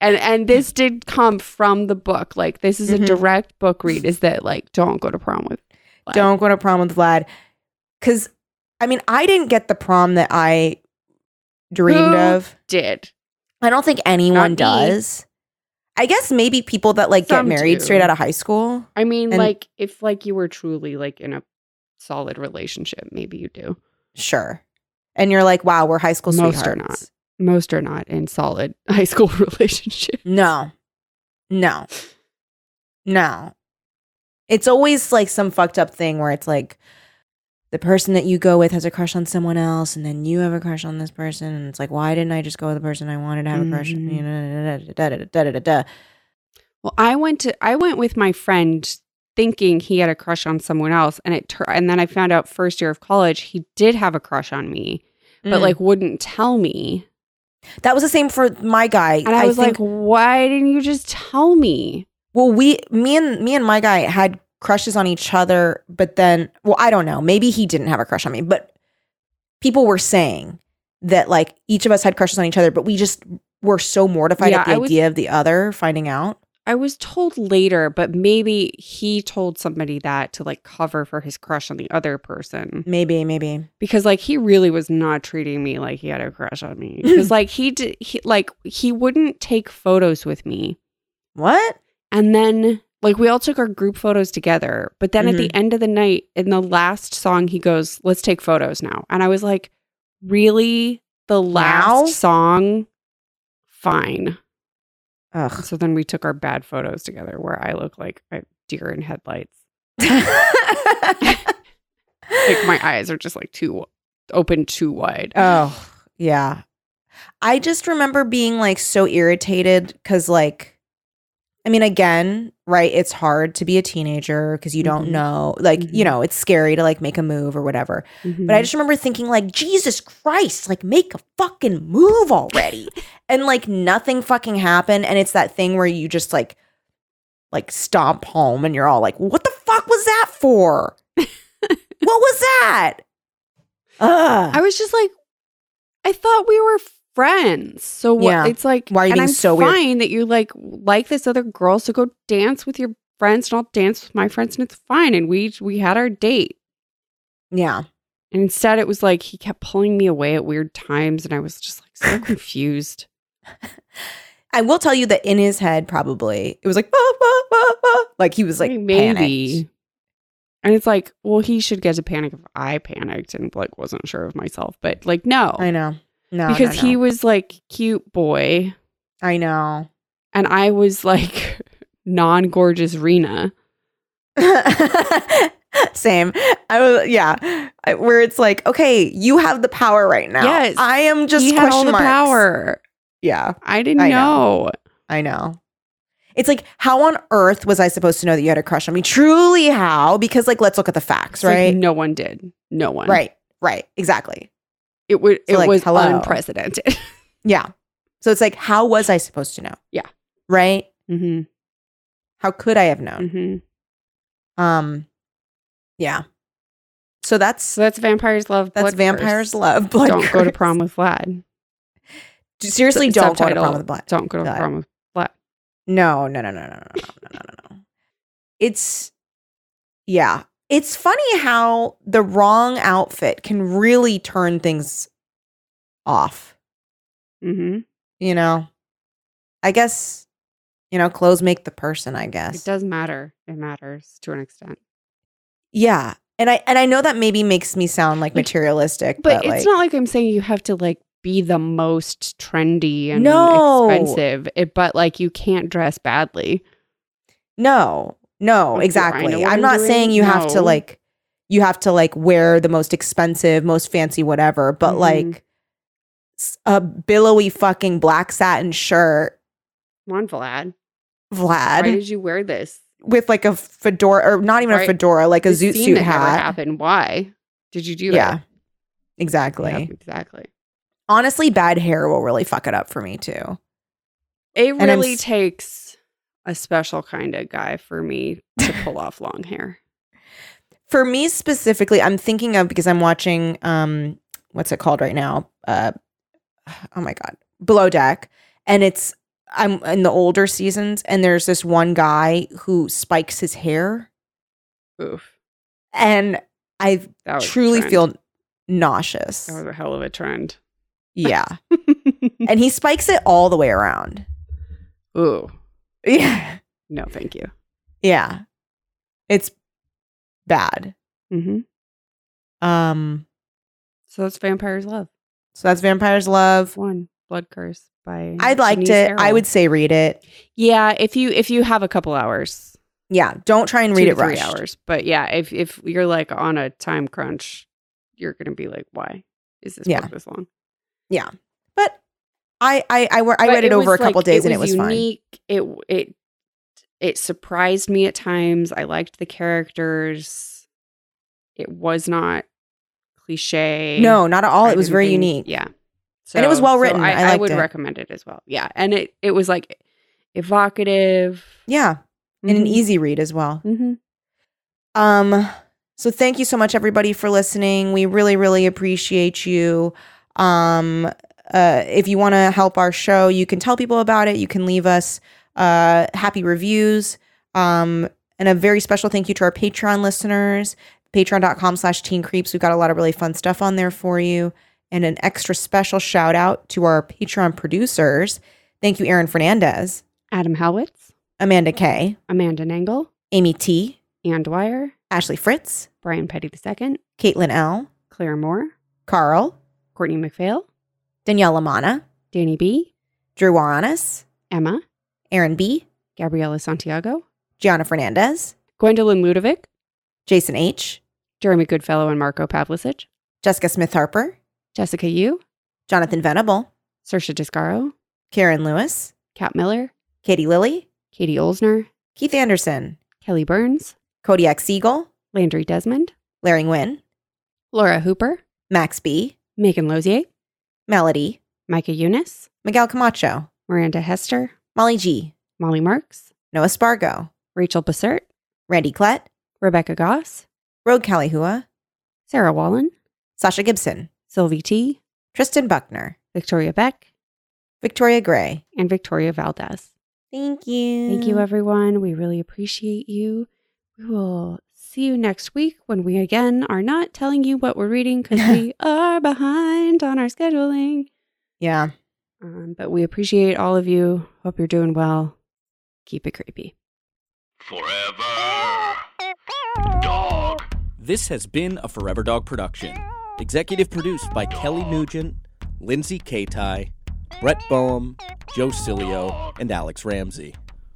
and and this did come from the book like this is Mhm. a direct book read is that like don't go to prom with Vlad. don't go to prom with Vlad. Because I mean, I didn't get the prom that I dreamed Who? of. did I don't think anyone Not me. does. I guess maybe people that like Some get married do. straight out of high school. i mean And- like if like you were truly like in a solid relationship maybe you do Sure. And you're like, wow, we're high school Most are sweethearts. not. most are not in solid high school relationship No. No. No. It's always like some fucked up thing where it's like the person that you go with has a crush on someone else and then you have a crush on this person and it's like why didn't I just go with the person I wanted to have a crush on? Mm-hmm. You know, da, da, da, da, da, da, da, da. Well, I went to I went with my friend thinking he had a crush on someone else and it tur- and then I found out first year of college he did have a crush on me but Mm. like wouldn't tell me. That was the same for my guy. And I, was think, like, "Why didn't you just tell me?" well, we me and me and my guy had crushes on each other, but then well, I don't know. Maybe he didn't have a crush on me, but people were saying that like each of us had crushes on each other, but we just were so mortified Yeah, at the I was- idea of the other finding out. I was told later, but maybe he told somebody that to like cover for his crush on the other person Maybe, maybe. because like he really was not treating me like he had a crush on me because like he did he like he wouldn't take photos with me. What? And then like we all took our group photos together. But then at the end of the night, in the last song, he goes, Let's take photos now. And I was like, Really? The last Now? song? Fine. Ugh. So then we took our bad photos together where I look like a deer in headlights. Like my eyes are just like too open too wide. Oh, yeah. I just remember being like so irritated because, like, I mean, again, right? It's hard to be a teenager because you don't Mhm. know, like, you Mhm. know, it's scary to like make a move or whatever. Mm-hmm. But I just remember thinking, like, Jesus Christ, like, make a fucking move already. and like, nothing fucking happened. And it's that thing where you just like, like, stomp home and you're all like, what the fuck was that for? what was that? Ugh. I was just like, I thought we were friends. So what? Yeah. It's like, Why are you and being I'm so weird? fine that you like like this other girl. So go dance with your friends, and I'll dance with my friends, and it's fine. And we we had our date. yeah. And instead, it was like he kept pulling me away at weird times, and I was just like so confused. I will tell you that in his head, probably it was like, "Ah, ah, ah, ah," like he was like, I mean, maybe. And it's like, well, he should get to panic if I panicked and like wasn't sure of myself. But like, no, I know, no, because he was, was like cute boy, I know. and I was like non gorgeous Rena. Same. I was, yeah. I- Where it's like, okay, you have the power right now. Yes. I am just he had question all the marks. power. Yeah, I didn't I know. know. I know. It's like, how on earth was I supposed to know that you had a crush on me? Truly, how? Because like, let's look at the facts, It's like right? no one did. No one. right, right, exactly. It would So, it like, was hello. unprecedented. Yeah. So it's like, how was I supposed to know? Yeah. Right? mm-hmm. How could I have known? Mm-hmm. Um, yeah. So that's So that's vampires love. that's Blood vampires Curse. love. Blood don't go to curse. prom with Vlad. Seriously, S- don't go to prom subtitle, with black. Don't go to Vlad. prom with Vlad. No, no, no, no, no, no, no, no, no, no, no. It's yeah. It's funny how the wrong outfit can really turn things off. Mm-hmm. You know, I guess you know clothes make the person. I guess It does matter. It matters to an extent. Yeah, and I and I know that maybe makes me sound like But- materialistic, But, but, it's like, not like I'm saying you have to like be the most trendy and No. expensive. It, but like you can't dress badly. no, no, Okay, I know exactly. what I'm I'm not doing. saying you have to No. like you have to like wear the most expensive, most fancy whatever, but Mhm. like s- a billowy fucking black satin shirt, Come on, Vlad. Why Vlad, did you wear this? with like a fedora or not even a Right. fedora, like a This zoot scene suit that never hat. happened. Why did you do Yeah. that? Exactly. Yep, exactly. Honestly, bad hair will really fuck it up for me too. It I'm really s- takes a special kind of guy for me to pull off long hair. for me specifically, I'm thinking of because I'm watching um what's it called right now? Uh oh my god. Below deck. And it's I'm in the older seasons and there's this one guy who spikes his hair Oof. and I That was a truly Oh, trend. Oh, feel nauseous. that was a hell of a trend. Yeah. and he spikes it all the way around. Ooh. Yeah. No, thank you. Yeah. It's bad. Mm-hmm. Um So that's Vampire's Love. so that's Vampire's Love. One Blood Curse by I liked Denise it. I Errol. would say read it. Yeah, if you if you have a couple hours, Yeah, don't try and read two it to three rushed. hours. But yeah, if if you're like on a time crunch, you're gonna be like, why is this Yeah. book this long? But I I I, wa- I But read it, over a was, couple like, days and it was unique. It it it surprised me at times. I liked the characters. It was not cliche. fine. No, not at all. I It was didn't very think- unique. Yeah. And it was well written. I, I I, liked would it. recommend it as well. Yeah. And it, it was like evocative. Yeah, and an e easy read as well. Mm-hmm. Um so thank you so much everybody for listening. We really really appreciate you. Um uh if you want to help our show, you can tell people about it. You can leave us uh happy reviews. Um and a very special thank you to our Patreon listeners, patreon.com slash teen creeps. We've got a lot of really fun stuff on there for you. And an extra special shout out to our Patreon producers. Thank you, Aaron Fernandez, Adam Howitz, Amanda Kay, Amanda Nangle, Amy T, Ann Dwyer, Ashley Fritz, Brian Petty II, Caitlin L, Claire Moore, Carl, Courtney McPhail, Danielle Lamana, Danny B, Drew Waranis, Emma, Aaron B, Gabriela Santiago, Gianna Fernandez, Gwendolyn Ludovic, Jason H, Jeremy Goodfellow and Marco Pavlicic, Jessica Smith Harper, Jessica Yu, Jonathan Venable, Sersha Discaro, Karen Lewis, Kat Miller, Katie Lilly, Katie Olsner, Keith Anderson, Kelly Burns, Kodiak Siegel, Landry Desmond, Larry Nguyen, Laura Hooper, Max B, Megan Lozier, Melody, Micah Eunice, Miguel Camacho, Miranda Hester, Molly G, Molly Marks, Noah Spargo, Rachel Bassert, Randy Klett, Rebecca Goss, Rogue Kalihua, Sarah Wallen, Sasha Gibson, Sylvie T, Tristan Buckner, Victoria Beck, Victoria Gray. and Victoria Valdez. Thank you. Thank you, everyone. We really appreciate you. We will see you next week when we again are not telling you what we're reading because we are behind on our scheduling. Yeah. Um, but we appreciate all of you. Hope you're doing well. Keep it creepy. Forever. Dog. This has been a Forever Dog production. Executive produced by Kelly Nugent, Lindsay Katai, Brett Boehm, Joe Cilio, and Alex Ramsey.